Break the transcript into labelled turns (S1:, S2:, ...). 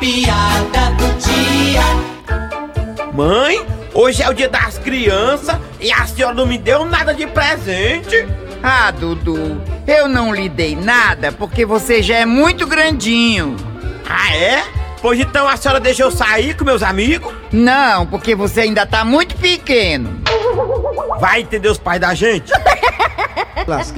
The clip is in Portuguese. S1: piada do dia.
S2: Mãe, hoje é o dia das crianças e a senhora não me deu nada de presente.
S3: Ah, Dudu, eu não lhe dei nada porque você já é muito grandinho.
S2: Ah, é? Pois então a senhora deixa eu sair com meus amigos?
S3: Não, porque você ainda tá muito pequeno.
S2: Vai entender os pais da gente? Lasca.